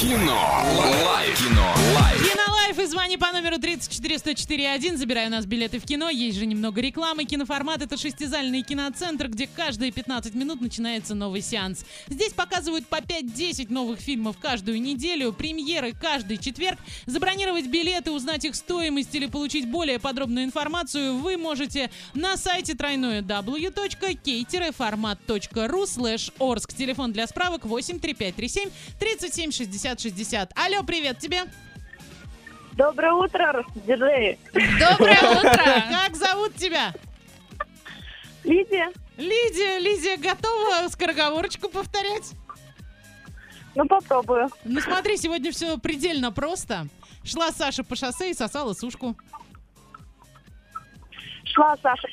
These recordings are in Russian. Кино. Лайф. Кино. Лайф. Кинолайф и звони по номеру 34041. Забирай у нас билеты в кино. Есть же немного рекламы. Киноформат — это шестизальный киноцентр, где каждые 15 минут начинается новый сеанс. Здесь показывают по 5-10 новых фильмов каждую неделю, премьеры каждый четверг. Забронировать билеты, узнать их стоимость или получить более подробную информацию вы можете на сайте тройное w.k-формат.ру слэш орск. Телефон для справок 83537 376060. Алло, привет тебе! Доброе утро, диджеи. Доброе утро! Как зовут тебя? Лидия, Лидия, Лидия, готова скороговорочку повторять? ну попробую. Ну смотри, сегодня все предельно просто. Шла Саша по шоссе и сосала сушку. Шла Саша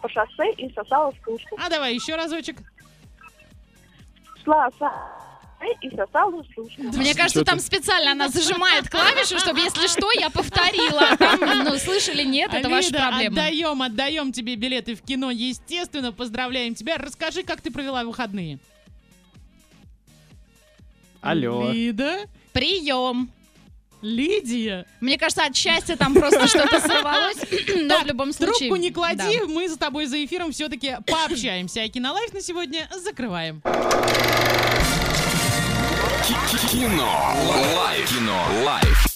по шоссе и сосала сушку. А давай еще разочек. Шла Саша и сосала сушку. Мне кажется, там специально она зажимает клавишу, чтобы, если что, я повторила. А Там, ну, слышали, нет, это ваша Алида, проблема. отдаем, отдаем тебе билеты в кино, естественно, поздравляем тебя. Расскажи, как ты провела выходные. Алло. Лида, Прием. Лидия, Мне кажется, от счастья там просто что-то сорвалось, но Так, в любом случае... трубку не клади, да. мы за тобой за эфиром все-таки пообщаемся. А Кинолайф на сегодня закрываем. Кино. Лайф. Кино. Лайф.